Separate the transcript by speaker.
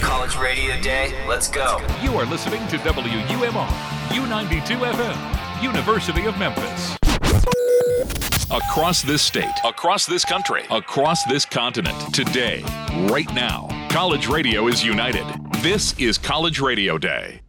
Speaker 1: College Radio Day. Let's go.
Speaker 2: You are listening to WUMR, U92 FM, University of Memphis. Across this state, across this country, across this continent, today, right now, college radio is united. This is College Radio Day.